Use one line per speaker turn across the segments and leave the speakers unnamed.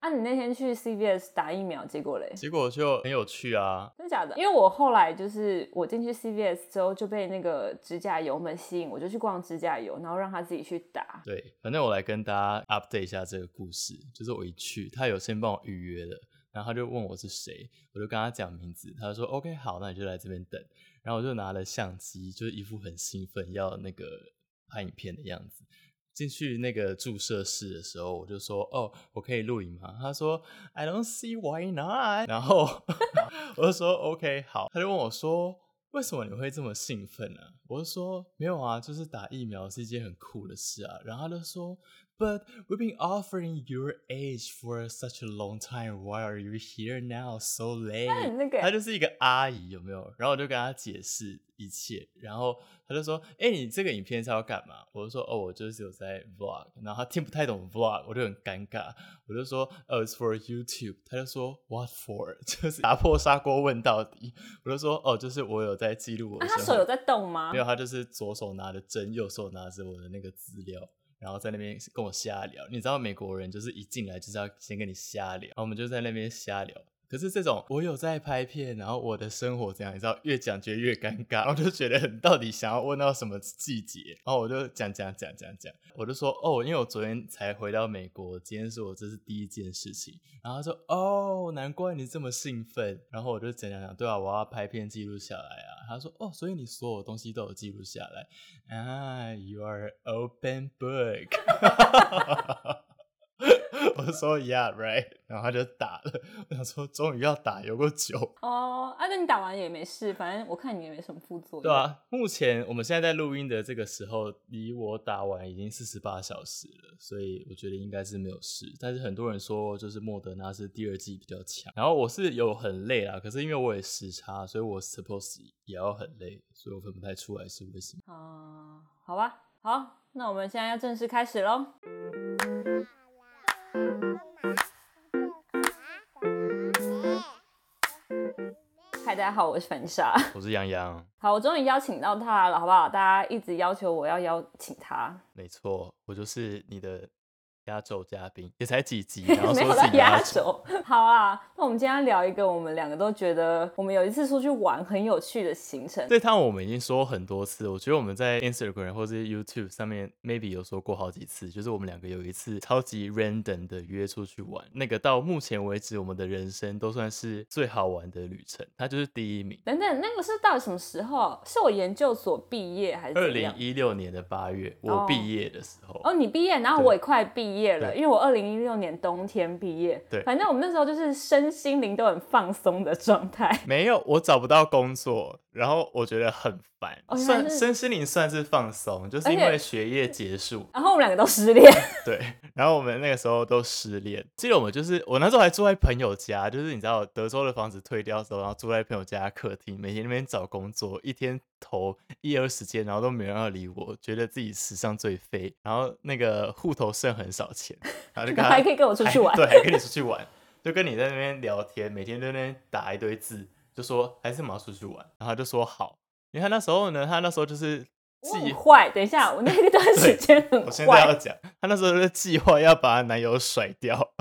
啊，你那天去 CVS 打疫苗，结果嘞？
结果就很有趣啊。
真假的？因为我后来就是我进去 CVS 之后就被那个指甲油们吸引，我就去逛指甲油，然后让他自己去打。
对，反正我来跟大家 update 一下这个故事。就是我一去，他有先帮我预约了，然后他就问我是谁，我就跟他讲名字，他就说 OK 好，那你就来这边等。然后我就拿了相机，就是一副很兴奋要那个拍影片的样子。进去那个注射室的时候，我就说：“哦，我可以录影吗？”他说：“I don't see why not。”然后 我就说：“OK，好。”他就问我说：“为什么你会这么兴奋呢、啊？”我就说：“没有啊，就是打疫苗是一件很酷的事啊。”然后他就说：“But we've been offering your age for such a long time. Why are you here now so late？”
那你那个
她就是一个阿姨，有没有？然后我就跟她解释一切，然后她就说：“哎、你这个影片是要干嘛？”我就说：“哦，我就是有在 vlog。”然后她听不太懂 vlog，我就很尴尬，我就说：“呃、i t s for YouTube。”她就说：“What for？” 就是打破砂锅问到底。我就说：“哦，就是我有在记录我
啊，
的
他
生活。
手有在动吗
没？有，他就是左手拿着针，右手拿着我的那个资料，然后在那边跟我瞎聊。你知道美国人就是一进来就是要先跟你瞎聊，然后我们就在那边瞎聊。可是这种我有在拍片，然后我的生活怎样，你知道越讲觉得越尴尬，然后就觉得很到底想要问到什么季节，然后我就讲讲讲讲讲，我就说哦，因为我昨天才回到美国，今天是我这是第一件事情，然后他说哦，难怪你这么兴奋。然后我就讲讲讲，对啊，我要拍片记录下来啊。他说哦，所以你所有东西都有记录下来啊，You are an open book。我说 Yeah right，然后他就打了。我想说终于要打，有够久。
哦，啊，那你打完也没事，反正我看你也没什么副作用。
对，啊，目前我们现在在录音的这个时候，离我打完已经四十八小时了，所以我觉得应该是没有事。但是很多人说，就是莫德纳是第二季比较强，然后我是有很累啊，可是因为我也时差，所以我 suppose 也要很累，所以我分不太出来是为什么。
啊、好吧，好，那我们现在要正式开始喽。嗨，大家好，我是粉莎。
我是杨洋，
好，我终于邀请到他了，好不好？大家一直要求我要邀请他，
没错，我就是你的压轴嘉宾，也才几 集， 然后
没
说
有
自
到
己
压
轴，
轴。 好啊，那我们今天要聊一个我们两个都觉得我们有一次出去玩很有趣的行程。
这趟我们已经说很多次，我觉得我们在 Instagram 或是 YouTube 上面 maybe 有说过好几次，就是我们两个有一次超级 random 的约出去玩，那个到目前为止我们的人生都算是最好玩的旅程，它就是第一名。
等等，那个是到底什么时候啊？是我研究所毕业还是
二
怎样
零？一六年的八月，
哦
我毕业的时候，
哦，你毕业，然后我也快毕业了，
对
因为我二零一六年冬天毕业。
对
反正我们那时候就是身心灵都很放松的状态。
没有，我找不到工作，然后我觉得很烦，
哦原来
算
是
身心灵算是放松，就是
而
因
且
为学业结束，
然后我们两个都失恋，
对， 然后我们那个时候都失恋，记得我们就是我那时候还住在朋友家，就是你知道德州的房子退掉之后，然后住在朋友家客厅，每天那边找工作，一天投一二十件，然后都没人要理我，觉得自己史上最废，然后那个户头剩很少钱，然后就跟 他
还可以跟我出去玩
还 对，还跟你出去玩，就跟你在那边聊天，每天在那边打一堆字，就说还是我们要出去玩，然后他就说好，因为他那时候呢，他那时候就是
我
自己
很坏。等一下，我那一段时间很
我现在要
坏，
讲，她那时候就是计划要把男友甩掉，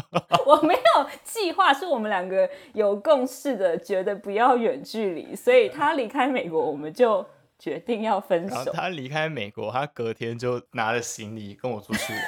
我没有计划，是我们两个有共识的，觉得不要远距离，所以他离开美国，我们就决定要分
然后
手。
她离开美国，她隔天就拿着行李跟我出去玩，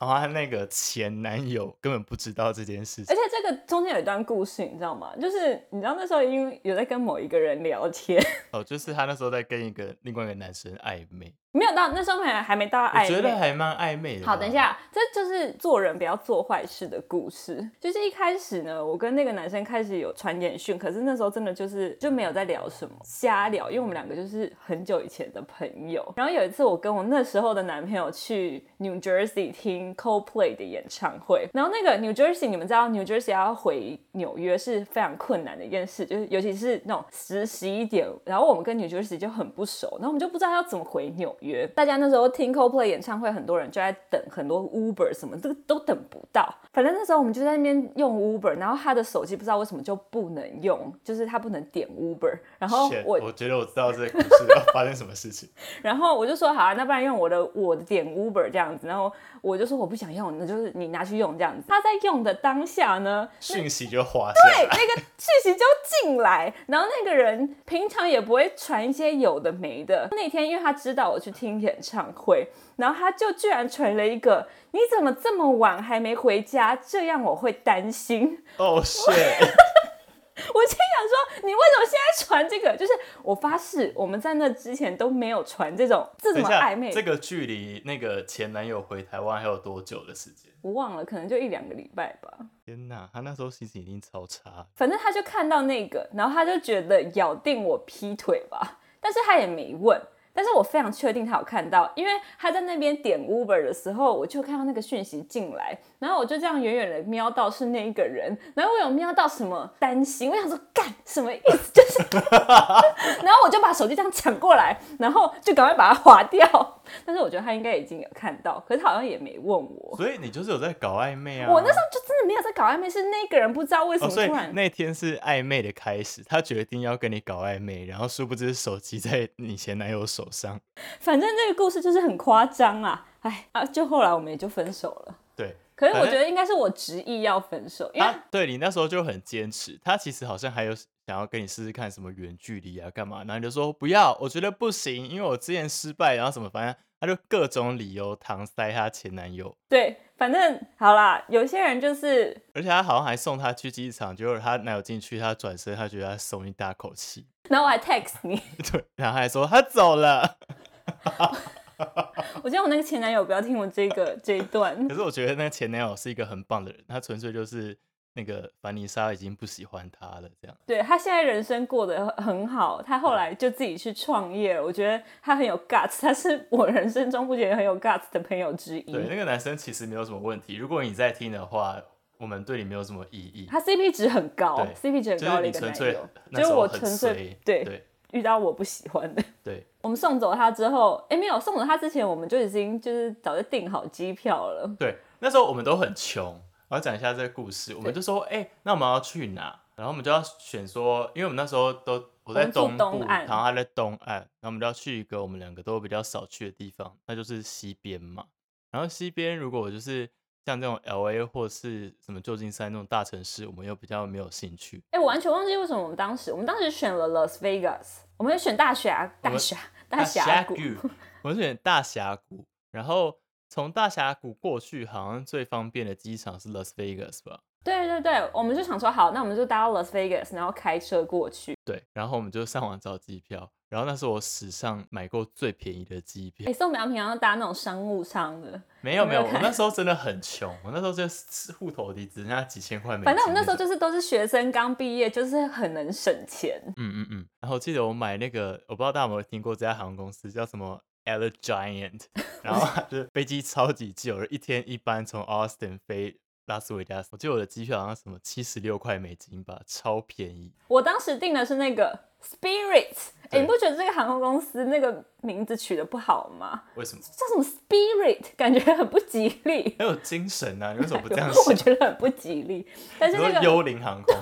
然后她那个前男友根本不知道这件事
而
情，
且这个中间有一段故事，你知道吗？就是你知道那时候因为有在跟某一个人聊天，
哦，就是她那时候在跟一个另外一个男生暧昧，
没有到那时候还还没到暧昧，
我觉得还蛮暧昧的。
好，等一，下，这就是做人不要做坏事的故事。就是一开始呢，我跟那个男生开始有传简讯，可是那时候真的就是就没有在聊什么，瞎聊，因为我们两个就是很久以前的朋友。然后有一次，我跟我那时候的男朋友去 New Jersey 听 Coldplay 的演唱会，然后那个 New Jersey，你们知道 New Jersey 要回纽约是非常困难的一件事，就是尤其是那种十十一点，然后我们跟 New Jersey 就很不熟，然后我们就不知道要怎么回纽约。大家那时候听 Coldplay 演唱会，很多人就在等很多 Uber 什么，这个都等不到。反正那时候我们就在那边用 Uber，然后他的手机不知道为什么就不能用，就是他不能点 Uber。然后
Shit，
哦我
我觉得我知道这个故事 要发生什么事情。
然后我就说好啊，那不然用我的我的点 Uber 这样子。然后我就说我不想用，那就是你拿去用这样子。他在用的当下呢，
讯息就滑下来，
那个讯息就进来，然后那个人平常也不会传一些有的没的。那天因为他知道我去听演唱会，然后他就居然传了一个“你怎么这么晚还没回家？这样我会担心。”
哦 shit，
我心想说，你为什么现在传这个？就是我发誓，我们在那之前都没有传这种这
等
怎
一
么
下
暧，昧，
这个距离那个前男友回台湾还有多久的时间？
我忘了，可能就一两个礼拜吧。
天哪，他那时候心情一定超差。
反正他就看到那个，然后他就觉得咬定我劈腿吧， 但是他也没问。但是我非常确定他有看到，因为他在那边点 Uber 的时候，我就看到那个讯息进来，然后我就这样远远的瞄到是那一个人，然后我有瞄到什么担心，我想说干什么意思，就是， 然后我就把手机这样抢过来，然后就赶快把它划掉。 但是我觉得他应该已经有看到，可是他好像也没问我。
所以你就是有在搞暧昧啊？
我那时候就真的没有在搞暧昧，是那个人不知道为什
哦，
么
所以
突然、
那天是暧昧的开始，他决定要跟你搞暧昧，然后殊不知手机在你前男友手上。
反正这个故事就是很夸张啊，哎啊，就后来我们也就分手了。
对，
可是我
反正啊
觉得应该是我执意要分手，因为
他对你那时候就很坚持，他其实好像还有想要跟你试试看什么远距离啊，干嘛？然后你就说不要，我觉得不行，因为我之前失败，然后什么，反正他就各种理由搪塞她前男友，
对，反正好啦，有些人就是
而且他好像还送她去机场，结果她男友进去，她转身，她觉得她松一大口气，
然后我还 text 你，
对，然后还说她走了。
我希望我那个前男友不要听我这 个这一段。
可是我觉得那个前男友是一个很棒的人，他纯粹就是那个凡妮莎已经不喜欢他了，这样。
对他现在人生过得很好，他后来就自己去创业了，我觉得他很有 guts，他是我人生中目前很有 guts 的朋友之一。
对，那个男生其实没有什么问题，如果你在听的话，我们对你没有什么异议。
他 CP 值很高
对
，CP 值很
就
高
是
的一
你
个
纯
男
粹
友，
那
就
时
是
候
我
很
纯粹
衰
对
对
遇到我不喜欢的。
对，
我们送走他之后，哎、没有送走他之前，我们就已经就是早就订好机票了。
对，那时候我们都很穷。我要讲一下这个故事，我们
对
就说，哎、那我们要去哪？然后我们就要选说，因为我们那时候都我在
们住
东部，
东岸
然后他在东岸，然后我们就要去一个我们两个都比较少去的地方，那就是西边嘛。然后西边如果我就是像这种 L A 或是什么旧金山那种大城市，我们又比较没有兴趣。
哎、我完全忘记为什么我们当时，我们当时选了 Las Vegas，我们也选大峡
我
大
们
峡 大峡谷，
我是选大峡谷，然后从大峡谷过去，好像最方便的机场是 Las Vegas 吧？
对对对，我们就想说好，那我们就搭到 Las Vegas，然后开车过去。
对，然后我们就上网找机票，然后那是我史上买过最便宜的机
哎、
票。
宋淼平常要搭那种商务舱的，
没有
你
没
有没有
有，我
看
那时候真的很穷，我那时候就是户头里只剩下几千块美金。，
反正我们那时候就是是都是学生刚毕业，就是很能省钱。
嗯嗯嗯。然后我记得我买那个，我不知道大家有没有听过这家航空公司叫什么 Air Giant，然后它就是飞机超级旧，一天一班从 Austin 飞。拉斯维加斯，我记得我的机票好像什么七十六块美金吧，超便宜。
我当时订的是那个 Spirit，哎、
对
你不觉得这个航空公司那个名字取得不好吗？
为什么？
叫什么 spirit，感觉很不吉利。
很有精神啊！你为什么不这样
我
想？
觉得很不吉利。但是
你说
那个，
幽灵航空，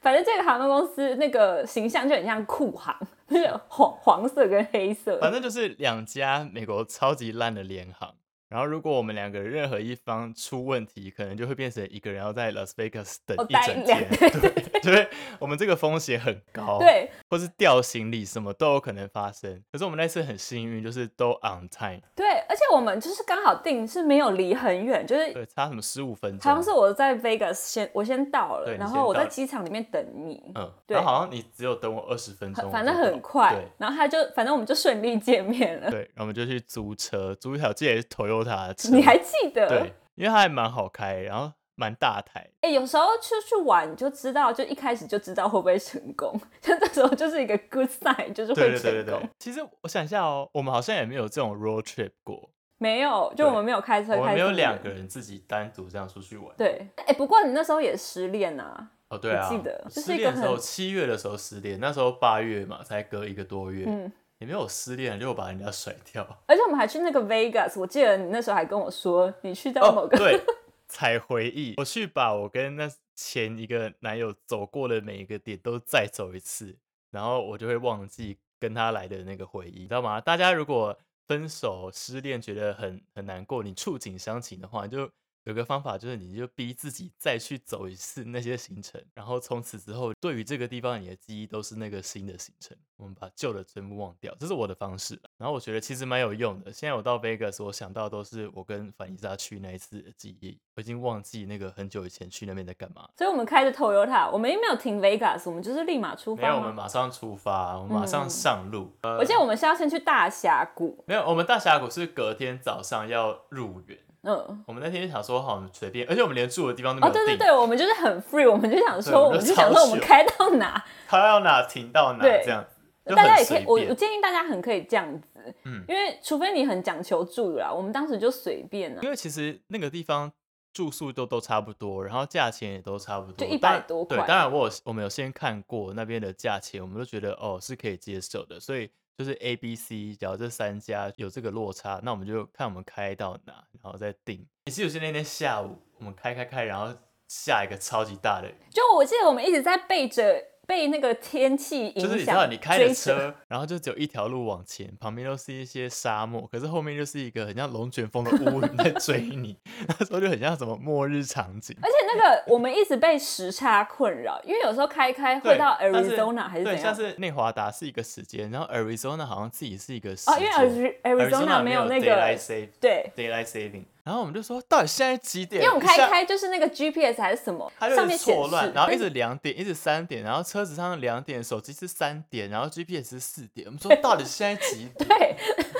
反正这个航空公司那个形象就很像酷航，那个黄黄色跟黑色。
反正就是两家美国超级烂的联航。然后，如果我们两个任何一方出问题，可能就会变成一个人要在 Las Vegas 等
哦
一
待
整
两
天，对， 就是我们这个风险很 高，，
对，
或是掉行李什么都有可能发生。可是我们那次很幸运，就是都 on time，
对，而且我们就是刚好订是没有离很远，就是
对，差什么十五分钟，
好像是我在 Vegas 先我先到了，
对你
然
先
后我
到
在
了
机场里面等你。
嗯，
对
然后好像你只有等我二十分钟，
反正
我就到
很快
对，
然后他就反正我们就顺利见面了。
对，然后我们就去租车，租一条这也是 Toyota 的车，
你还记得？
对，因为它还蛮好开，然后蛮大台，
哎、有时候出去玩你就知道，就一开始就知道会不会成功，像这时候就是一个 good sign，就是
对
会
对
成功。
对对对。其实我想一下哦，我们好像也没有这种 road trip 过，
没有，就
对
我们没有开车，
我们
开
没有
这么
两
远
个。人自己单独这样出去玩。
对，哎、不过你那时候也失恋啊，
哦，对啊，
我记得这
失
是一个
恋的时候，
很
七月的时候失恋，那时候八月嘛，才隔一个多月，
嗯，
也没有失恋，就把人家甩掉。
而且我们还去那个 Vegas，我记得你那时候还跟我说，你去到某
哦，
个、
对，才回忆，我去把我跟那前一个男友走过的每一个点都再走一次，然后我就会忘记跟他来的那个回忆，你知道吗？大家如果分手、失恋觉得很很难过，你触景伤情的话，你就有个方法，就是你就逼自己再去走一次那些行程，然后从此之后，对于这个地方你的记忆都是那个新的行程，我们把旧的全部忘掉，这是我的方式啦。然后我觉得其实蛮有用的。现在我到 Vegas，我想到都是我跟凡妮莎去那一次的记忆，我已经忘记那个很久以前去那边在干嘛。
所以我们开着 Toyota，我们也没有停 Vegas，我们就是立马出
没有，
发
我们
吗。
马上出发，我们马上
嗯
上路。呃
我记得我们是要先去大峡谷，
没有，我们大峡谷是隔天早上要入园。
嗯，
我们那天想说，好，我们随便，而且我们连住的地方都
哦，
没有定，
对对对，我们就是很 free，我们就想说，
我
我
们
们
就
就想说
超
我们
闲
开到哪，
他要哪停到哪
对
这样，就
大家
很
也可
随
以，我我
便。
建议大家很可以这样子，
嗯
因为除非你很讲求住啦，我们当时就随便啊，
因为其实那个地方住宿都都差不多，然后价钱也都差不
就
多，
100
当然
多
对，
块
当然我有我们有先看过那边的价钱，我们都觉得哦是可以接受的，所以就是 A、B、C，只要这三家有这个落差，那我们就看我们开到哪，然后再定。也是有些那天下午我们开开开，然后下一个超级大的雨，
就我记得我们一直在背着被那个天气影响，
就是你知道，你开着
追着，
车，然后就只有一条路往前，旁边都是一些沙漠，可是后面就是一个很像龙卷风的乌云在追你， 那时候就很像什么末日场景。
而且那 个我们一直被时差困扰，因为有时候开一开会
对
到
但是
Arizona 还是
对，
怎
像
样。
是内华达是一个时间，然后 Arizona 好像自己是一个时
哦，因为 Ari- Arizona
没
没有那个
daylight save
对，
daylight saving，然后我们就说到底现在几点？
因为我们开
一下
一开就是那个 GPS 还是什么，
它就
上
是
面显
错
示嗯
乱，，然后
但
一直两点，一直三点，然后车子上两点，手机是三点，然后 GPS 是四点。我 们说到底现在几点？
对，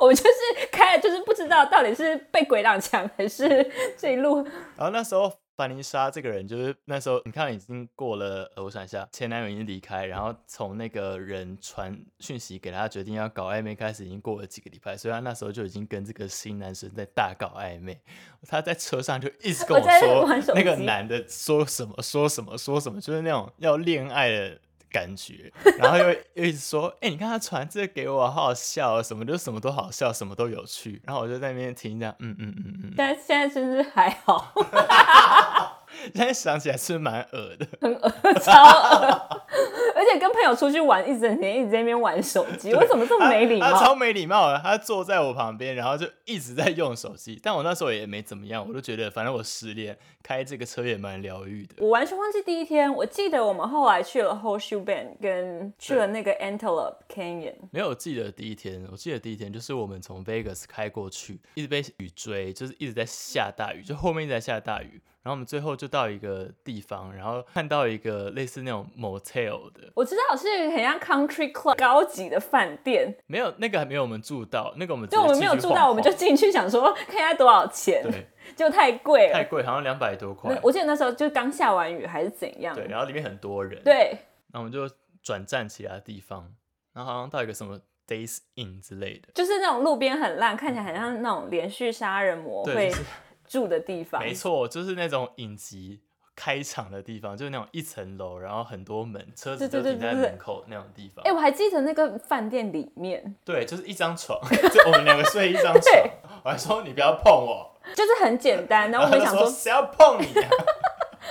我们就是开了，就是不知道到底是被鬼挡墙还是这一路
然后那时候凡妮莎这个人，就是那时候你看已经过了，呃我想一下，前男友已经离开，然后从那个人传讯息给她决定要搞暧昧开始，已经过了几个礼拜，所以她那时候就已经跟这个新男生在大搞暧昧。她在车上就一直跟
我在玩
说
手，
那个
机
男的说什么说什么说什么，就是那种要恋爱的。感觉，然后又又一直说，哎、你看他传这个给我，好好笑、哦，什么就什么都好笑，什么都有趣。然后我就在那边听，这样，嗯嗯嗯嗯，
但现在真是还好，
现在想起来是蛮 恶的，
超恶， 而且跟朋友出去玩一整天，一直在那边玩手机，我怎么这么没礼
他他
貌？
啊超没礼貌的，他坐在我旁边，然后就一直在用手机。但我那时候也没怎么样，我就觉得反正我失恋，开这个车也蛮疗愈的。
我完全忘记第一天，我记得我们后来去了 Horseshoe Bend，跟去了那个 Antelope Canyon，
没有记得第一天，我记得第一天就是我们从 Vegas 开过去，一直被雨追，就是一直在下大雨，就后面一直在下大雨。然后我们最后就到一个地方，然后看到一个类似那种 motel 的，
我知道是很像 Country Club 高级的饭店，
没有那个还没有我们住到，那个我们
就我们没有住到，我们就
进
进去想说看一下多少钱
去，晃晃
就太贵
对太
了。
贵，好像两百多块
那，我记得那时候就刚下完雨还是怎样，
对，然后里面很多人，
对
那我们就转战其他地方，然后好像到一个什么 Days Inn 之类的，
就是那种路边很烂，看起来很像那种连续杀人魔
对，
会
就是
住的地方。
没错，就是那种影集开场的地方，就是那种一层楼，然后很多门，车子
对
就
对
停在
对对对
门口那种地方
哎、。我还记得那个饭店里面，
对，就是一张床，就我们两个睡一张床
对。
我还说你不要碰我，
就是很简单。然后我
然
们
后他
想
说
说，
谁要碰你 啊？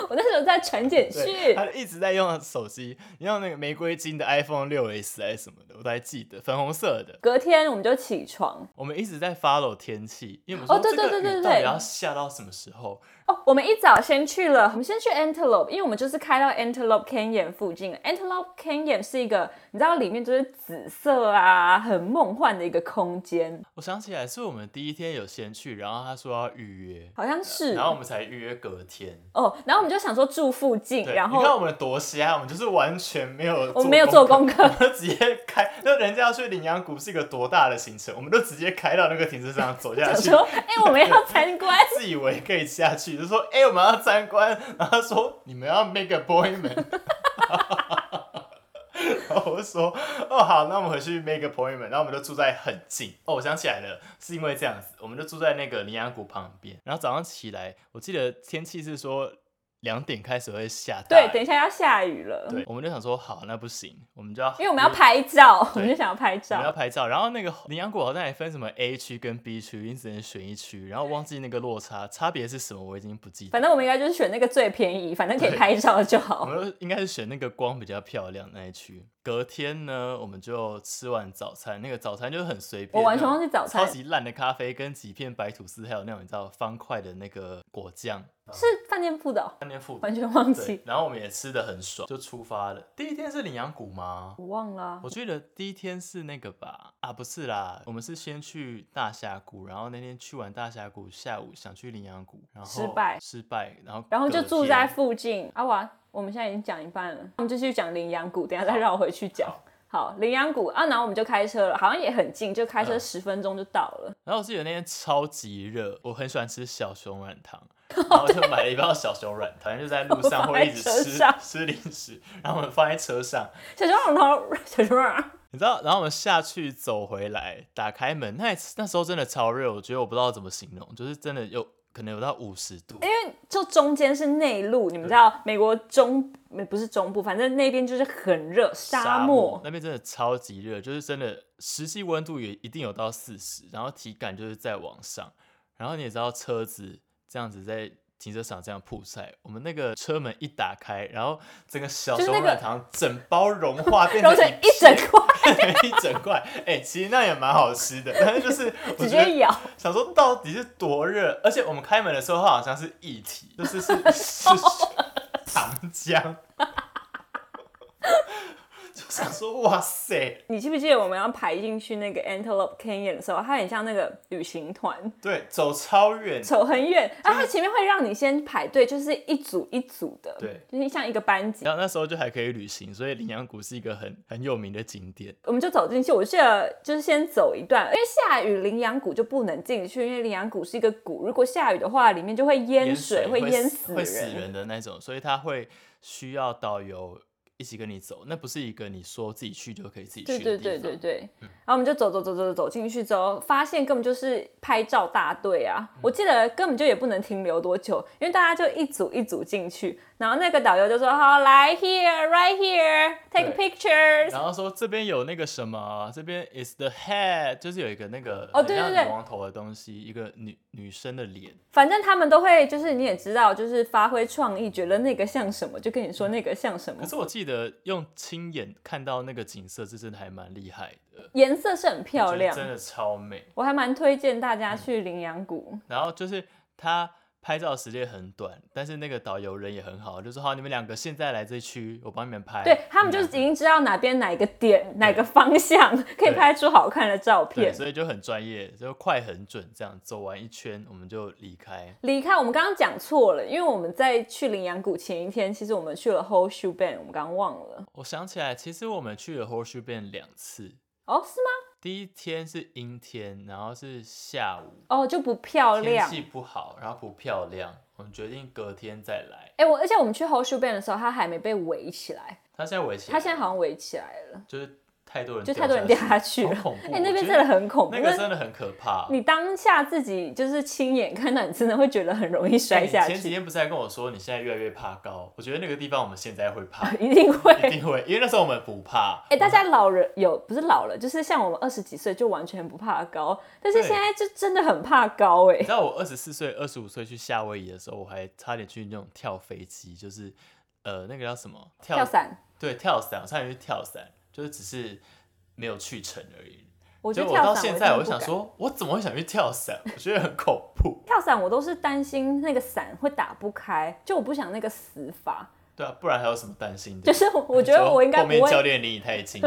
我那时候在传简
对，
讯，
他就一直在用手机，用那个玫瑰金的 iPhone 六 S 还是什么的，我都还记得，粉红色的。
隔天我们就起床。
我们一直在 follow 天气，因为我们说、
哦对
这个
对对对
雨
对
到底
对
要下到什么时候？
哦，我们一早先去了，我们先去 Antelope，因为我们就是开到 Antelope Canyon 附近。Antelope Canyon 是一个，你知道里面就是紫色啊，很梦幻的一个空间，
我想起来，是我们第一天有先去，然后他说要预约，
好像是。
然后我们才预约隔天。
哦，然后我们就想说住附近，
对，
然
你看
后
我们多瞎，我们就是完全没有，
我们没有做功课
我们就直接开。那人家要去羚羊谷是一个多大的行程，我们都直接开到那个停车场走下
想
去，
说，哎、我们 要参观。
自以为可以下去， 就说：“哎、我们要参观。”然后他说：“你们要 make appointment。” 然后我就说：“哦，好，那我们回去 make appointment。”然后我们就住在很近。哦，我想起来了，是因为这样子，我们就住在那个羚羊谷旁边。然后早上起来，我记得天气是说两点开始会下大
对，
雨
等一下要下雨了，
对，我们就想说好，那不行，我们就要
因为我们要拍照，我
对
们就想要拍
我们
照。
要拍照，然后那个羚羊谷好像也分什么 A 区跟 B 区，你只能选一区，然后忘记那个落差差别是什么，我已经不记得。
反正我们应该就是选那个最便宜，反正可以拍照就
我
好。
们应该是选那个光比较漂亮那一区。隔天呢，我们就吃完早餐，那个早餐就是很随便，
我完全
那种
忘记早餐
超级烂的咖啡跟几片白吐司，还有那种你知道方块的那个果酱，
是饭店付的哦、
那边附
完全忘
对
记，，
然后我们也吃的很爽，就出发了。第一天是羚羊谷吗？
我忘了啊。
我记得第一天是那个吧，啊不是啦，我们是先去大峡谷，然后那天去完大峡谷，下午想去羚羊谷，然后
失败
失败，然后
然后就
隔
住在
天
附近。阿娃，我们现在已经讲一半了，我们就去讲羚羊谷，等一下再绕回去讲。好，羚羊谷啊，然后我们就开车了，好像也很近，就开车
嗯
十分钟就到了。
然后我记得那天超级热，我很喜欢吃小熊软糖，然后就买了一包小熊软糖，就在路上
我 放在
会一直
车
吃
上
吃零食，然后我们放在车上，
小熊软糖，小熊软糖，
你知道，然后我们下去走回来，打开门，那一次那时候真的超热，我觉得我不知道怎么形容，就是真的有可能有到五十度，
因为就中间是内陆，你们知道美国中不是中部，反正那边就是很热，沙漠。
那边真的超级热，就是真的实际温度也一定有到四十，然后体感就是在往上，然后你也知道车子这样子在停车场这样曝晒，我们那个车门一打开，然后整个小
就是
熊
那个
软糖整包融化变
揉成
一
一整块，
片 一整块，哎、其实那也蛮好吃的，但是就是我
直
觉得
接咬，
想说到底是多热，而且我们开门的时候它好像是液 体，就是是是糖浆， 就想说哇塞，
你记不记得我们要排进去那个 Antelope Canyon 的时候，它很像那个旅行团，
对，走超远，
走很远，然啊后它前面会让你先排队，就是一组一组的，
对，
就是像一个班级。
然后那时候就还可以旅行，所以羚羊谷是一个很很有名的景点。
我们就走进去，我记得就是先走一段，因为下雨羚羊谷就不能进去，因为羚羊谷是一个谷，如果下雨的话，里面就会淹水，
会
淹
死会
人。
人的那种，所以他会需要导游一起跟你走，那不是一个你说自己去就可以自己去
对
的
对对
地方
对对，然后我们就走走走走走走进去之后，发现根本就是拍照大队
嗯
啊！我记得根本就也不能停留多久，因为大家就一组一组进去，然后那个导游就说：“好，来 here right here take
对
pictures。
然后说这边有那个什么，这边 is the head，就是有一个那个
哦
很
对
像
对对
女王头的东西，一个女女生的脸，”
反正他们都会，就是你也知道，就是发挥创意，觉得那个像什么就跟你说那个像什么
可。是我记得用亲眼看到那个景色，这真的还蛮厉害的，
颜色是很漂亮
我觉得，真的超美。
我还蛮推荐大家去羚羊谷。
然后就是他拍照时间很短，但是那个导游人也很好，就说好，你们两个现在来这区，我帮你们拍。
对他们就是已经知道哪边哪一个点哪个方向可以拍出好看的照
对，
片。
所以就很专业，就快很准，这样走完一圈我们就离开。
离开我们刚刚讲错了，因为我们在去羚羊谷前一天，其实我们去了 Whole Shoe Band，我们刚刚忘了。
我想起来，其实我们去了 Horseshoe Bend 两次，
哦，是吗？
第一天是阴天，然后是下午，
哦，就不漂
天
亮。
气不好，然后不漂亮，我们决定隔天再来。
哎、我而且我们去 Whole Shoe Band 的时候，它还没被围起来，
他现在围起来，
它现在好像围起来了，
就是太多人，
就太多人掉下去了。
好恐 怖！
哎、那
我
边
觉
真的
得
很恐怖。
那个真的很可怕。
你当下自己就是亲眼看到，你真的会觉得很容易摔下
哎你前几
去，
天不是还跟我说你现在越来越怕高？我觉得那个地方我们现在会怕，
一定会。
一定会，因为那时候我们不怕。
哎、大家老人有不是老了，就是像我们二十几岁就完全不怕高，但是
对
现在就真的很怕高哎、
你知道我二十四岁、二十五岁去夏威夷的时候，我还差点去那种跳飞机，就是呃那个叫什么
跳伞，
对，跳伞，我差点去跳伞，就是只是没有去成而已。
我觉
就
得
我
跳伞
到现在，我
真的不
想
敢
说，我怎么会想去跳伞？我觉得很恐怖。
跳伞我都是担心那个伞会打不开，就我不想那个死法，
对啊，不然还有什么担心的？
就是 我觉得我应该
后
不
面教
会。
练离你太近。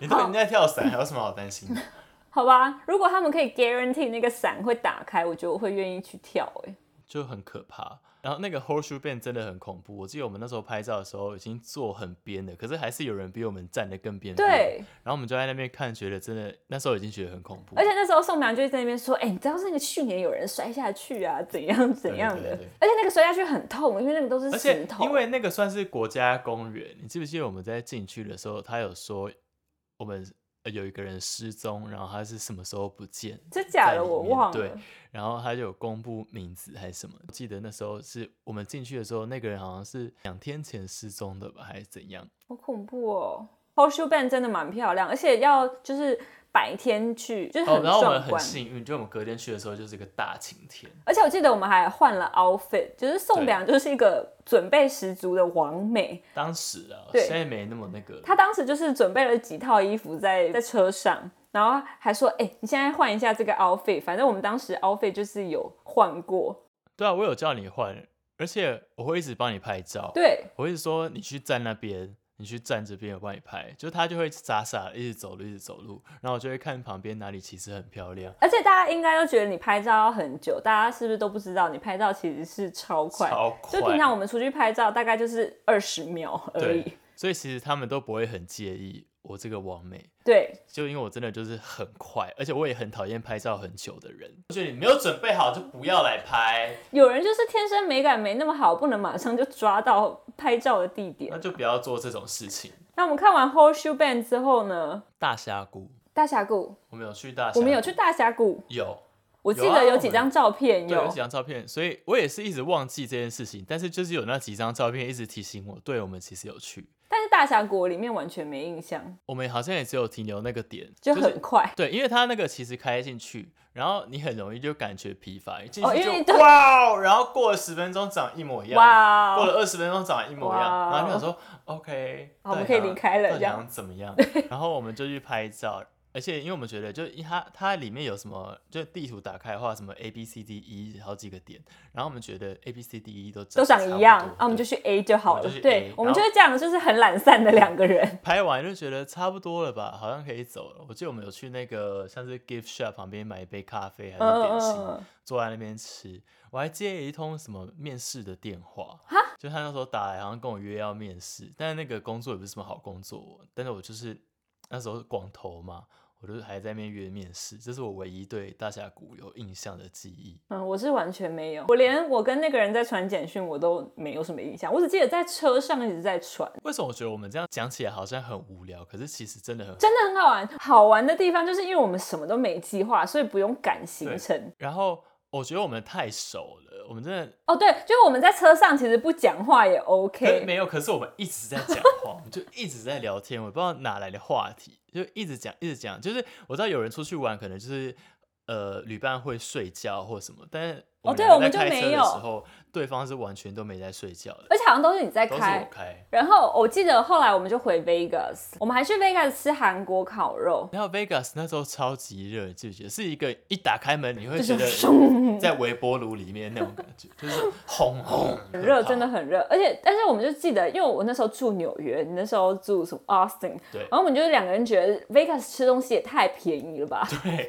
你都已经在跳伞，还有什么好担心的？
好吧，如果他们可以 guarantee 那个伞会打开，我觉得我会愿意去跳、欸。
就很可怕。然后那个 horseshoe bend 真的很恐怖。我记得我们那时候拍照的时候已经坐很边的，可是还是有人比我们站得更边边。。
对，
然后我们就在那边看，觉得真的那时候已经觉得很恐怖。
而且那时候宋苗就在那边说：“哎、你知道那个去年有人摔下去啊，怎样怎样的？
对对对
而且那个摔下去很痛，因为那个都是
而
石
且
头。
因为那个算是国家公园，你记不记得我们在进去的时候，他有说我们呃呃有一个人失踪，然后他是什么时候不见，
真假
在
的
里
我
面
忘
对
了，
然后他就有公布名字还是什么。我记得那时候是我们进去的时候，那个人好像是两天前失踪的吧，还是 怎样？
好恐怖哦。Horseshoe Bend 真的蛮漂亮，而且要就是白天去，就是
哦，
很
然后我们
壮
很
观。
幸运，就我们隔天去的时候就是一个大晴天。
而且我记得我们还换了 outfit，就是
对
宋良就是一个准备十足的王美，
当时啊，
对
现在没那么那个。
她当时就是准备了几套衣服在在车上，然后还说：“哎、你现在换一下这个 outfit。”反正我们当时 outfit 就是有换过，
对啊，我有叫你换，而且我会一直帮你拍照。，
对，
我会一直说你去站那边，你去站这边，我帮你拍。就他就会傻傻地一直走路，一直走路，然后我就会看旁边哪里其实很漂亮，
而且大家应该都觉得你拍照要很久，大家是不是都不知道你拍照其实是超快？
超快。
就平常我们出去拍照大概就是二十秒而已
对。，所以其实他们都不会很介意我这个完美，
对，
就因为我真的就是很快，而且我也很讨厌拍照很久的人。就你没有准备好就不要来拍，
有人就是天生美感没那么好，不能马上就抓到拍照的地点
那。就不要做这种事情。
那我们看完 Horseshoe Bend 之后呢？
大峡谷，
大峡谷，
我们有去大峡谷，
我们有去大峡谷，
有。
我记
有啊
得有几张照片
对，
有。
有几张照片，所以我也是一直忘记这件事情，但是就是有那几张照片一直提醒我，对我们其实有去，
但是大峡谷里面完全没印象，
我们好像也只有停留那个点，
就是很快。
对，因为它那个其实开进去，然后你很容易就感觉疲乏，一进
哦
去
因为
就、
对
哇哦，然后过了十分钟长一模一样，
哇
过了
哦，
二十分钟长一模一
哇
样，
哦
然后就想说 OK，
好我们
到底
可以离
想
开了
到底
这样
想怎么样？然后我们就去拍照。而且，因为我们觉得，就因它它里面有什么，就地图打开的话，什么 A B C D E 好几个点，然后我们觉得 A B C D E 都
都长
长得差
一
不
样
多
啊，我们
对
就去 A 就好
我
了
们就去。A，
对，我们
然
就
后
是这样，就是很懒散的两个 人。
拍完就觉得差不多了吧，好像可以走了。我记得我们有去那个像是 gift shop 旁边买一杯咖啡
嗯
还是
嗯
点心，
嗯，
坐在那边吃。我还接了一通什么面试的电话，就他那时候打来，好像跟我约要面试，但是那个工作也不是什么好工作，但是我就是那时候是光头嘛，我就是还在那边约面试，这是我唯一对大峡谷有印象的记忆。
嗯，我是完全没有，我连我跟那个人在传简讯我都没有什么印象，我只记得在车上一直在传。
为什么我觉得我们这样讲起来好像很无聊，可是其实真的很好
真的很好玩。好玩的地方就是因为我们什么都没计划，所以不用赶行程。
然后我觉得我们太熟了，我们真的
哦，对，就是我们在车上其实不讲话也
可是
OK。
没有，可是我们一直在讲话，我们就一直在聊天，我不知道哪来的话题，就一直讲，一直讲。就是我知道有人出去玩，可能就是呃旅伴会睡觉或什么，但是
哦对
两个
我们
在
就
开车
没
的
有
时候，对方是完全都没在睡觉的，
而且好像都是你在
都是我
开。
开。
然后我记得后来我们就回 Vegas，我们还去 Vegas 吃韩国烤肉。
然后 Vegas 那时候超级热，就觉得是一个一打开门你会
就
觉
是
得在微波炉里面那种感觉，就是轰轰
很热，真的
很
很热，而且但是我们就记得，因为我那时候住纽约，你那时候住什么 Austin，
对
然后我们就是两个人觉得 Vegas 吃东西也太便宜了吧，
对，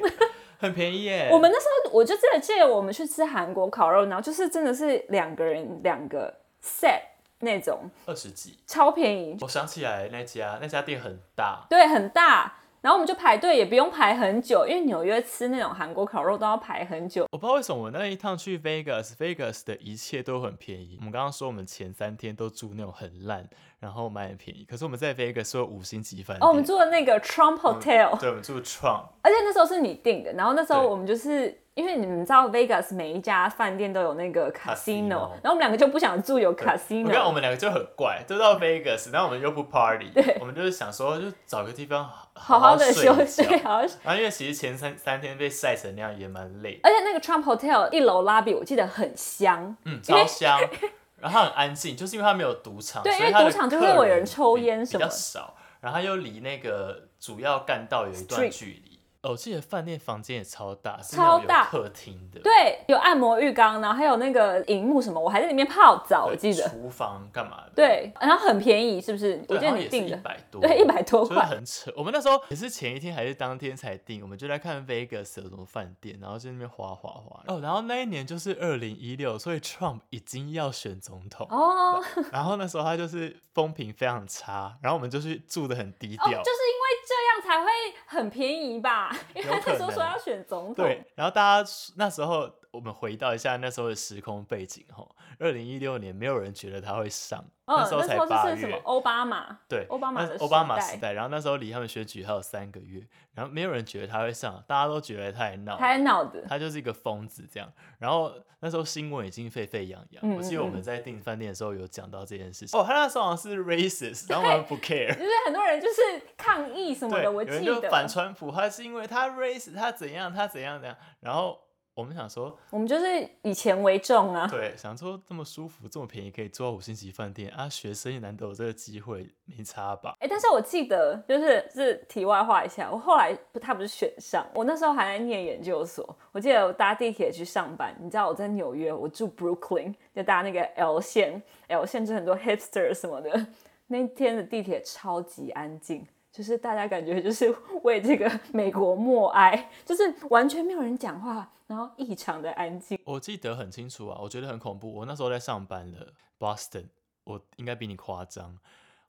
很便宜耶。
我们那时候我就真的记得我们去吃韩国烤肉，然后就是真的是两个人两个 set 那种，
二十几，
超便宜，
我想起来那家那家店很大，
对，很大。然后我们就排队，也不用排很久，因为纽约吃那种韩国烤肉都要排很久。
我不知道为什么我那一趟去 Vegas，Vegas 的一切都很便宜。我们刚刚说我们前三天都住那种很烂，然后买很便宜，可是我们在 Vegas 有五星级饭店。
哦，我们住的那个 Trump Hotel，、
嗯对，我们住 Trump，
而且那时候是你订的。然后那时候
对
我们就是因为你们知道 Vegas 每一家饭店都有那个
Casino
casino，然后我们两个就不想住有
我看我
casino。
们两个就很怪，就到 Vegas，然后我们又不 party，
对
我们就是想说就找个地方好
好
好
的
睡一
休息，
觉
对好好
然后因为其实前三三天被晒成那样也蛮累，
而且那个 Trump Hotel 一楼拉比我记得很香，
嗯，超香。 然后很安静，就是因为它没有赌场，
对
所
因
以
为
它的
赌场就
客
会有人抽烟
比
什
比较
么
少，然后它又离那个主要干道有一段
Street
距离。哦，我记得饭店房间也超大，是那
超
种有
大
客厅的，
对，有按摩浴缸，然后还有那个荧幕什么，我还在里面泡澡，我记得。
厨房干嘛的？
对，然后很便宜，是不是？我
对，
记得你订
一
的，
百多，
对，一百多
就是
块。
很扯。我们那时候也是前一天还是当天才订，我们就在看 Vegas 有什么饭店，然后就在那边滑滑滑。哦，然后那一年就是二零一六，所以 Trump 已经要选总统，
哦哦，就是
然后那时候他就是风评非常差，然后我们就去住的很低
哦因
调。
为这样 才会很便宜吧？因为他那时候说要选总统，
对，然后大家那时候我们回到一下那时候的时空背景哈，二零一六年没有人觉得他会上，
嗯，
时候
那
才
时候
八
就是什么
月，
奥巴马，
对，
奥巴马
那
的
是奥巴马
时
时代，然后那时候离他们选举还有三个月，然后没有人觉得他会上，大家都觉得他在闹，
还脑子，
他就是一个疯子这样。然后那时候新闻已经沸沸扬扬，
嗯
我记得我
嗯
们
嗯
在订饭店的时候有讲到这件事情。哦，他那时候好像是 racist，然后我们不 care
就。是很多人就是抗议什么
对，
的，我
有人
记
就反
得
川普，他是因为他 racist，他怎样，他怎样怎样。然后我们想说，
我们就是以钱为重啊。
对，想说这么舒服，这么便宜，可以住到五星级饭店啊，学生也难得有这个机会，没差吧？
哎、但是我记得，就是是题外话一下，我后来不他不是选上，我那时候还在念研究所，我记得我搭地铁去上班，你知道我在纽约，我住 Brooklyn，就搭那个 L 线，L 线就很多 hipster 什么的，那天的地铁超级安静。就是大家感觉就是 为这个美国默哀，就是完全没有人讲话，然后异常的安静。
我记得很清楚啊，我觉得很恐怖。我那时候在上班了，Boston，我应该比你夸张。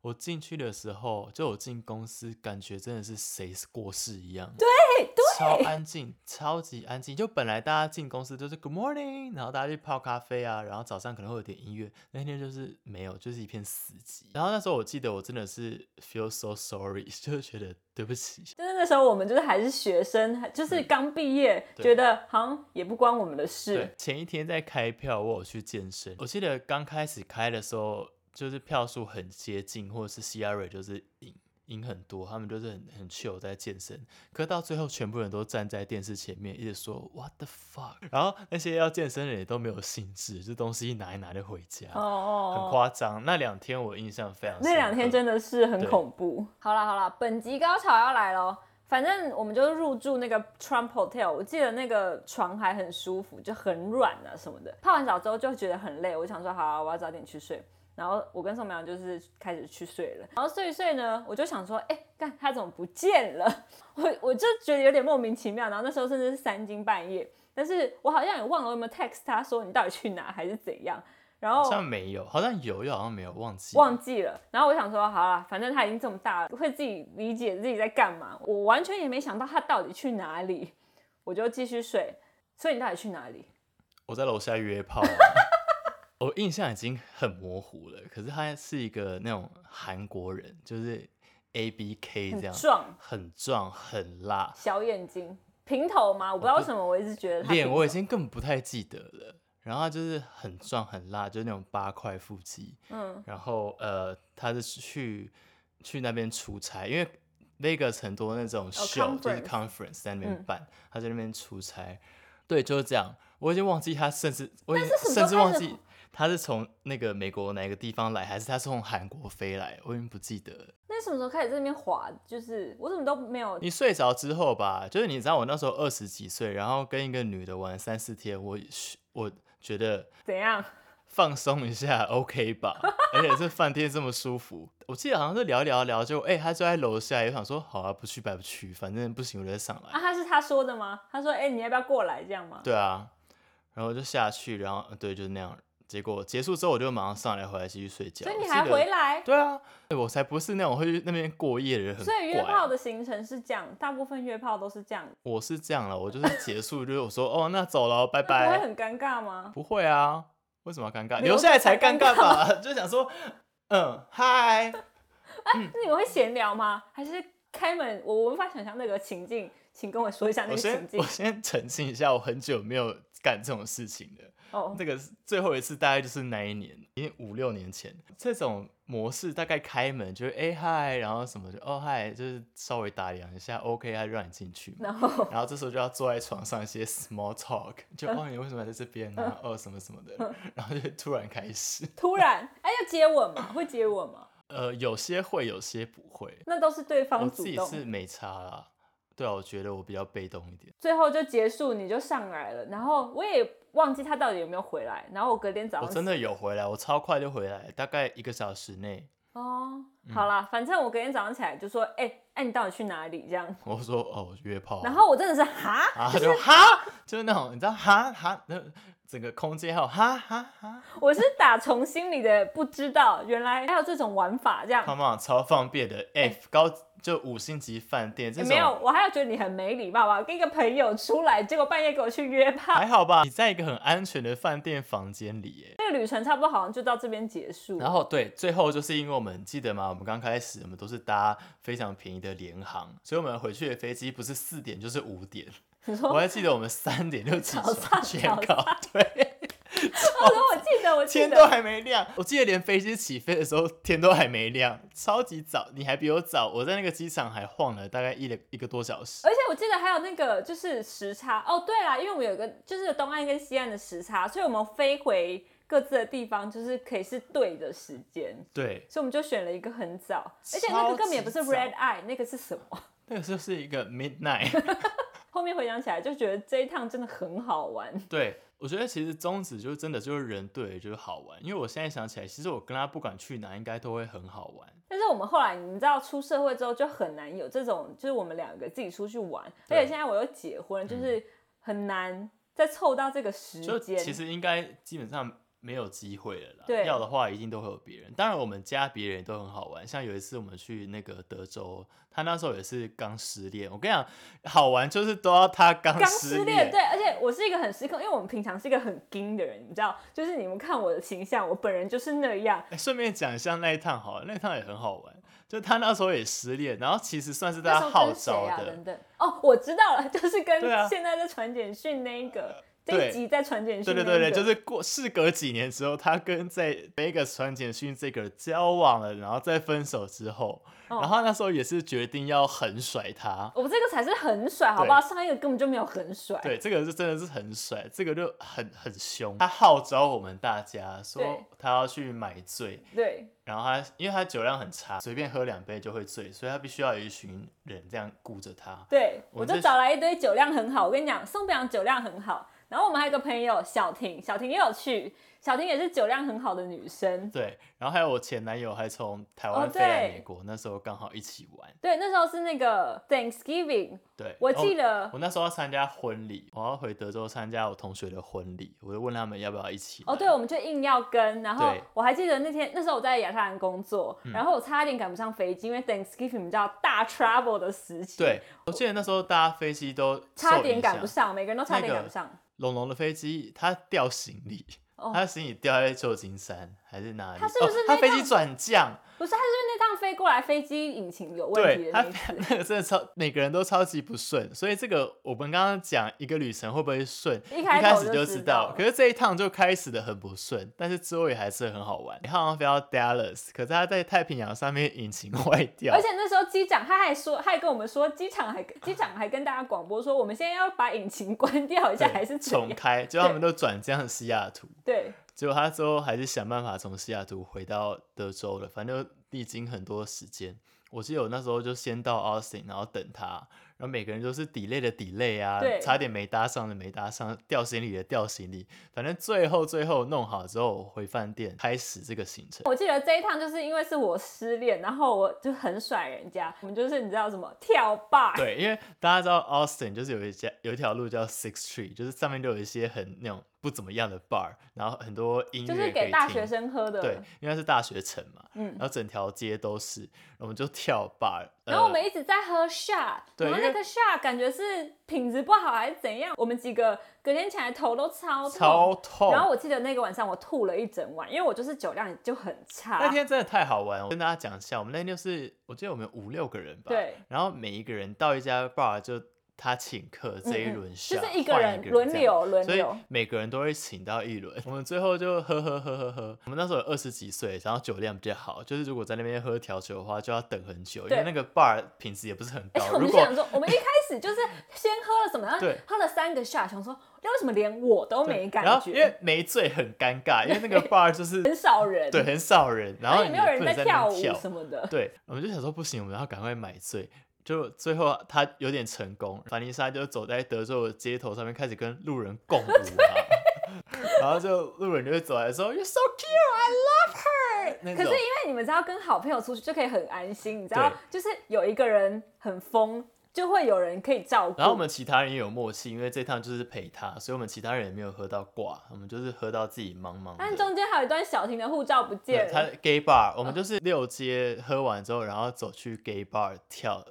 我进去的时候，就我进公司，感觉真的是谁是过世一样，对对，超安静，超级安静。就本来大家进公司就是 Good morning，然后大家去泡咖啡啊，然后早上可能会有点音乐，那天就是没有，就是一片死寂。然后那时候我记得我真的是 feel so sorry，就是 觉得对不起，
就是那时候我们就是还是学生，还就是刚毕业，
对
觉得好像也不关我们的事
对。，前一天在开票，我有去健身。我记得刚开始开的时候，就是票数很接近，或者是 CR 就是赢赢很多，他们就是很很 chill 在健身。可到最后，全部人都站在电视前面，一直说 What the fuck，然后那些要健身的人也都没有兴致，这东西一拿一拿就回家，
哦哦，
很
哦
夸张。那两天我印象非常深刻，
那两天真的是很
对
恐怖。好啦好啦，本集高潮要来咯。反正我们就入住那个 Trump Hotel，我记得那个床还很舒服，就很软啊什么的。泡完澡之后就觉得很累，我想说好、啊，我要早点去睡。然后我跟宋苗就是开始去睡了，然后睡一睡呢，我就想说，哎、干他怎么不见了？ 我我就觉得有点莫名其妙。然后那时候甚至是三更半夜，但是我好像也忘了我有没有 text 他说你到底去哪还是怎样。然后
好像没有，好像有，又好像没有，忘记了
忘记了。然后我想说，好啦，反正他已经这么大了，会自己理解自己在干嘛。我完全也没想到他到底去哪里，我就继续睡。所以你到底去哪里？
我在楼下约炮啊、 我印象已经很模糊了。可是他是一个那种韩国人，就是 A B K 这
很
样，
壮，
很壮很辣。
小眼睛，平头吗？我不知道为什么，我一直觉得他
脸
平
我已
头
经更不太记得了。然后他就是很壮很辣，就是那种八块腹肌。
嗯，
然后呃，他是去去那边出差，因为 Vegas 很多那种秀、就是
哦 conference
conference 在那边
嗯
办，他在那边出差。对，就是这样。我已经忘记他，甚至我已经
什么时候
甚至
开
忘
始
记他是从那个美国哪个地方来，还是他是从韩国飞来，我已经不记得了。
那什么时候开始在那边滑？就是我怎么都没有
你睡着之后吧，就是你知道我那时候二十几岁，然后跟一个女的玩三四天，我我觉得
怎 样？
放松一下，OK 吧？而且这饭店这么舒服，我记得好像是聊一聊聊，就哎、他就在楼下，我想说好啊，不去白不去，反正不行我就上来。
啊，他是他说的吗？他说，哎、你要不要过来这样吗？
对啊，然后我就下去，然后呃对，就是那样。结果结束之后，我就马上上来回来继续睡觉。
所以
啊我
你
记
还
得
回？来？
对啊，我才不是那种会去那边过夜的人，很
所以约
怪
炮的行程是这样，大部分约炮都是这样，
我是这样了，我就是结束，就是我说哦，那走了，拜
那 不会
拜。
很尴尬吗？
不会啊，为什么要尴尬？
留
留下来
下来
才尴
尴
尬吧？ 就想说，嗯，嗨，
那你们会闲聊吗？还是开门？我我无法想象那个情境，请跟我说一下那
我
个情
先
境
我。先澄清一下，我很久没有干这种事情了。
哦，
这个是最后一次大概就是那一年，已经五六年前。这种模式大概开门就是哎嗨，然后什么就哦嗨，就是稍微打量一下，OK，他就让你进去嘛。
然后
然后这时候就要坐在床上一些 small talk，就哦你为什么在这边呢、哦什么什么的，然后就突然开始。
突然，哎，要接吻吗？会接吻吗？
呃，有些会，有些不会。
那都是对
我
方主
自己是
动。
没差啦。对啊，我觉得我比较被动一点。
最后就结束，你就上来了。然后我也忘记他到底有没有回来。然后我隔天早
我
上
真的有回来，我超快就回来，大概一个小时内。
哦，
嗯
好啦，反正我隔天早上起来就说，哎、哎、你到底去哪里？这样。
我说哦，约炮。
然后我真的是哈，
啊，他就哈，就是那种你知道哈哈，那整个空间还有哈哈哈
我是打从心里的不知道，原来还有这种玩法这样。
，Come on，超方便的。F 高就五星级饭店这
欸
种，
哎没有，我还要觉得你很没礼貌啊吧？跟一个朋友出来，结果半夜给我去约炮，
还好吧？你在一个很安全的饭店房间里，哎。
那个旅程差不多好像就到这边结束。
然后对，最后就是因为我们记得吗？我们刚开始我们都是搭非常便宜的联航，所以我们回去的飞机不是四点就是五点。
你说，
我
我
还记得我们三点就起
早上
床宣
早
告， 对，
说我记得，我记
天都
得，
还没亮。我记得连飞机起飞的时候天都还没亮，超级早，你还比我早。我在那个机场还晃了大概一一个多小时。
而且我记得还有那个就是时差哦，对啦，因为我们有一个就是东岸跟西岸的时差，所以我们飞回各自的地方就是可以是对的时间，
对，
所以我们就选了一个很早，而且那个根本也不是
超级早
red eye，那个是什么？
那个时候是一个 midnight。
后面回想起来就觉得这一趟真的很好玩，
对，我觉得其实宗旨就是真的就是人对了就是好玩，因为我现在想起来，其实我跟他不管去哪，应该都会很好玩。
但是我们后来，你知道出社会之后就很难有这种，就是我们两个自己出去玩，而
对嗯
且现在我又结婚，就是很难再凑到这个时
就
间。
其实应该基本上没有机会了啦。
对
要的话一定都会有别人。当然，我们家别人也都很好玩。像有一次我们去那个德州，他那时候也是刚失恋。我跟你讲，好玩就是都要他刚
刚
失
失
恋。
恋，对，而且我是一个很失控，因为我们平常是一个很硬的人，你知道，就是你们看我的形象，我本人就是那样。
哎顺便讲一下那一趟好了，那一趟也很好玩。就他那时候也失恋，然后其实算是大
那时
家
候
号
跟谁
召
啊？
的，
等等，哦，我知道了，就是跟
对啊
现在在传简讯那一个，这
对
一集在传简讯
对
那
对
一个，
对对，就是过事隔几年之后，他跟在 Vegas 传简讯这个人交往了，然后再分手之后，
哦
然后那时候也是决定要狠甩他。
我们这个才是很甩，好不好？上一个根本就没有很甩。
对，这个是真的是很甩，这个就很很凶。他号召我们大家
对
说他要去买醉，
对
然后他因为他酒量很差，随便喝两杯就会醉，所以他必须要有一群人这样顾着他。
对，我
我们
就
这
找来一堆酒量很好。我跟你讲，宋北洋酒量很好，然后我们还有一个朋友小婷，小婷也有去，小婷也是酒量很好的女生。
对，然后还有我前男友还从台
哦
湾飞来
对
美国，那时候刚好一起玩。
对，那时候是那个 Thanksgiving，
对，
我
然后
记得
我那时候要参加婚礼，我要回德州参加我同学的婚礼，我就问他们要不要一起。
哦，对，，我们就硬要跟。然后
对
我还记得那天，那时候我在亚特兰工作，然后我差一点赶不上飞机，因为 Thanksgiving 比较大 travel 的时期，
对，我记得那时候大家飞机都
差
受
点
影
赶
响
不上，每个人都差点赶不上。
龙龙的飞机，他掉行李，
哦
他的行李掉在旧金山还是哪里？
他是不是
哦、
那
他
一
飞
趟
机转降？
不是，他是不是那趟飞过来飞机引擎有问题的
对，他
那一次？
飞 那个真的超，每个人都超级不顺。所以这个我们刚刚讲一个旅程会不会顺，
一
一
开
开
头
始
就
就
知
知
道了
可是这一趟就开始的很不顺，但是之后也还是很好玩。他好像飞到 Dallas，可是他在太平洋上面引擎 坏掉，
而且那时候机长他还说，他还跟我们说，机场还机长还跟大家广播说，我们现在要把引擎关掉一下，
对
还是怎
重
样？
开，结果他们都转降西雅图。
对，
结果他最后还是想办法从西雅图回到德州了，反正就历经很多时间。我记得我那时候就先到 Austin，然后等他，然后每个人都是 delay 的 delay 啊
对，
差点没搭上的没搭上，掉行李的掉行李，反正最后最后弄好之后我回饭店开始这个行程。
我记得这一趟就是因为是我失恋，然后我就很甩人家，我们就是你知道什么跳坝，
对，因为大家知道 Austin 就是有一家有一条路叫 Six Street，就是上面就有一些很那种不怎么样的 bar，然后很多音乐
就
可
是
以
给大学
听
生喝的。
对，因为它是大学城嘛，
嗯
然后整条街都是，我们就跳 bar，、呃、
然后我们一直在喝 shot，、
对
然后那
因为
个 shot 感觉是品质不好还是怎样，我们几个隔天起来头都超痛。
超痛，
然后我记得那个晚上我吐了一整晚，因为我就是酒量就很差。
那天真的太好玩，我跟大家讲一下，我们那天就是我记得我们五六个人吧，
对，
然后每一个人到一家 bar 就他请客这一
嗯嗯
轮下、
就是一个
换
人
一个
轮
这样
流轮
所以
流，
每个人都会请到一轮。我们最后就喝喝喝喝喝。我们那时候有二十几岁，然后酒量比较好，就是如果在那边喝调酒的话，就要等很久，因
对
为那个 bar 品质也不是很
而
高
哎且。我
如
们就
果
想说，我们一开始就是先喝了什么，然后
对
喝了三个 shot，想说那为什么连我都
对
没感
然后因为
觉？
没醉很尴 尬，因为那个 bar 就是
很少人，
对，很少人，
然
然
哎
后
后也没有人
不能在那
跳
边
舞
跳
什么的。
对，我们就想说不行，我们要赶快买醉。就最后他有点成功，凡妮莎就走在德州的街头上面开始跟路人共舞啊， 然后就路人就会走来说 You're so cute, I love her 那
可
种。
是因为你们知道，跟好朋友出去就可以很安心，你知道就
对，
是有一个人很疯，就会有人可以照顾。
然后我们其他人也有默契，因为这趟就是陪他，所以我们其他人也没有喝到挂，我们就是喝到自己茫茫的。
但中间还有一段小婷的护照不
对
见
他
了，
gay bar，我们就是六街喝完之后，然后走去 gay bar 跳，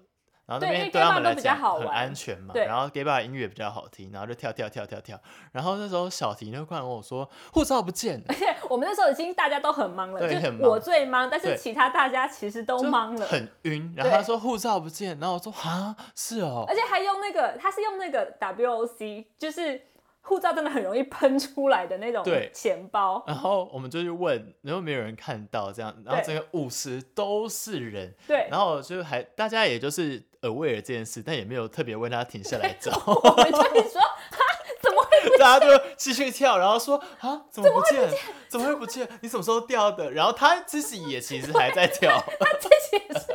然后那
对因为
边对
gay
他
bar
们
都
来
比较
讲
好
很
玩
安全嘛。
对
然后 gay bar 音乐比较好听，然后就跳跳跳跳跳。然后那时候小婷就突然问我说：“护照不见了。”
而且我们那时候已经大家都很忙了，
对
就
很忙
我最忙，但是
对
其他大家其实都
就
忙了，
很晕。然后
对
他说护照不见，然后我说啊，是哦
而，且还用那个，他是用那个 WOC，就是护照真的很容易喷出来的那种
对
钱 包。
然后我们就去问，然后没有人看到这样，然后
对
整个五十都是人，
对，
然后就还大家也就是 aware 这件事，但也没有特别为他停下来找，
我们就会说哈，怎么会？
大家就继续跳，然后说啊，怎么不见？怎么会不见？你什么时候掉的？然后他自己也其实还在 跳，
他这些是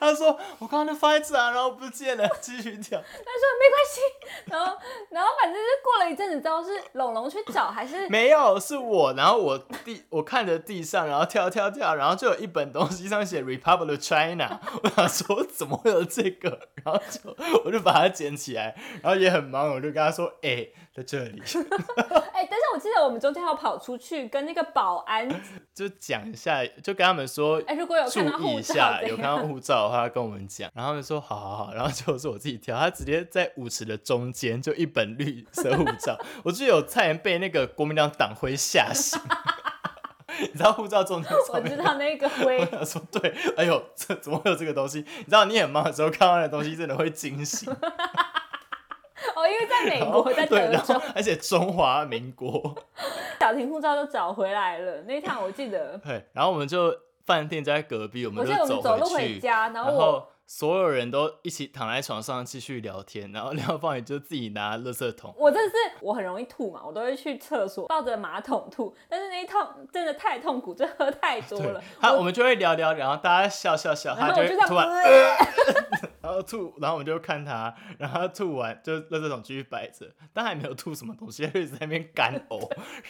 他说我刚刚就放在这啊，然后不见了， 继续跳。
他说没关系，然后然后反正就过了一阵子之后，是龙龙去找还是
没有，是我。然后我地，我看着地上，然后跳跳跳，然后就有一本东西上写 Republic of China。我 想说怎么会有这个？然后就我就把它捡起来，然后也很忙，我就跟他说：“哎、在这里。
哎、但是我记得我们中间要跑出去跟那个保安，”
就讲一下，就跟他们说。
哎、如果有
注
看到
意
护
一
照
下，
怎
有看到
样？
护照的话，跟我们讲。然后他们说好好好，然后就是 我自己挑，他直接在舞池的中间就一本绿色护照，我就有差点被那个国民党党徽吓醒。 你知道护照中间
我
上面
知道那个
我
灰，
想说，对，哎呦，这怎么会有这个东西？你知道，你很忙的时候看到那东西，真的会惊醒。
哦，因为在美
然后
国，在
对，
德
然后
州，
而且中华民国，
小婷护照都找回来了。那一趟我记得，
对，然后我们就饭店就在隔壁，我
我
们
记
就
得我们走路
回
回
去，
家，然
然
后我
所有人都一起躺在床上继续聊天，然后廖芳宇就自己拿垃圾桶。
我真的是我很容易吐嘛，我都会去厕所抱着马桶吐，但是那一趟真的太痛苦，就喝太多
对
了。，
他我们就会聊聊，然后大家笑笑笑，
然
他
后
就
我
会
就这样，
突然
呃
然后吐，然后我们就看他，然后他吐完就垃圾桶继续摆着，但还没有吐什么东西，他就一直在那边干呕，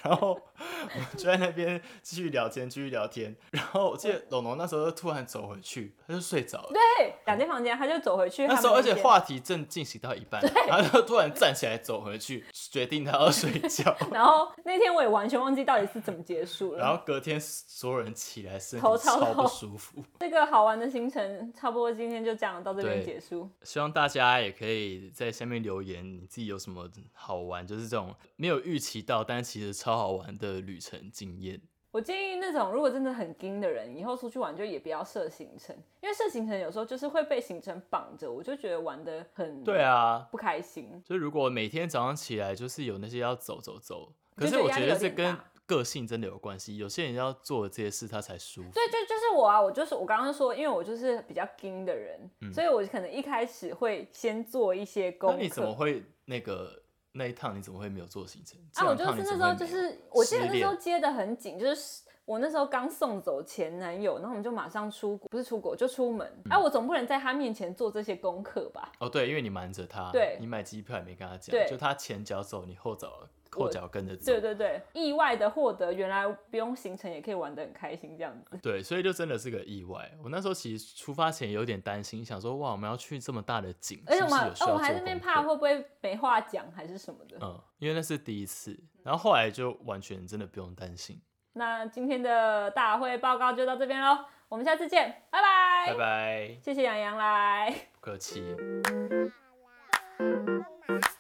然后我们就在那边继续聊天，继续聊天，然后我记得龙龙那时候就突然走回去，他就睡着了。
对，两间房间，他就走回去他
那
们
时
间。
候，而且话题正进行到一半，然后他突然站起来走回去，决定他要睡觉。
然后那天我也完全忘记到底是怎么结束
然
了。
后隔天所有人起来，身体
头超
超不
痛
舒服。
这个好玩的行程差不多今天就讲到这边
对
结束。
希望大家也可以在下面留言，你自己有什么好玩，就是这种没有预期到，但其实超好玩的旅程经验。
我建议那种如果真的很盯的人，以后出去玩就也不要设行程，因为设行程有时候就是会被行程绑着，我就觉得玩的很
对啊，
不开心。
就如果每天早上起来就是有那些要走走走，
就
可是
觉得
我
压力
觉得
有
这
点
跟
大
个性真的有关系。有些人要做这些事他才舒服。
对，就就是我啊，我就是我刚刚说，因为我就是比较盯的人，所以我可能一开始会先做一些功
嗯那
课。
你怎么会那个那一趟你怎么会没有做行程？
啊，我就
这两趟
是
你
那
怎
时
么
候
会
就
没有
是，我记得
失
那时候
恋
接的很紧，就是我那时候刚送走前男友，然后我们就马上出国，不是出国就出门。
嗯
哎、我总不能在他面前做这些功课吧？
哦，对，因为你瞒着他，
对
你买机票也没跟他讲
对，
就他前脚走，你后脚后
我
脚跟着走
对。对对，意外的获得，原来不用行程也可以玩得很开心这样子。
对，所以就真的是个意外。我那时候其实出发前有点担心，想说哇，我们要去这么大的景，
而且
是
我
不
们
是
还，
有需
哦我
要
们还
做
在那边
功
怕
课
会不会没话讲还是什么的。
嗯，因为那是第一次。然后后来就完全真的不用担心。
那今天的大会报告就到这边喽，我们下次见，拜
拜拜，
谢谢杨洋来。
不客气。
妈妈。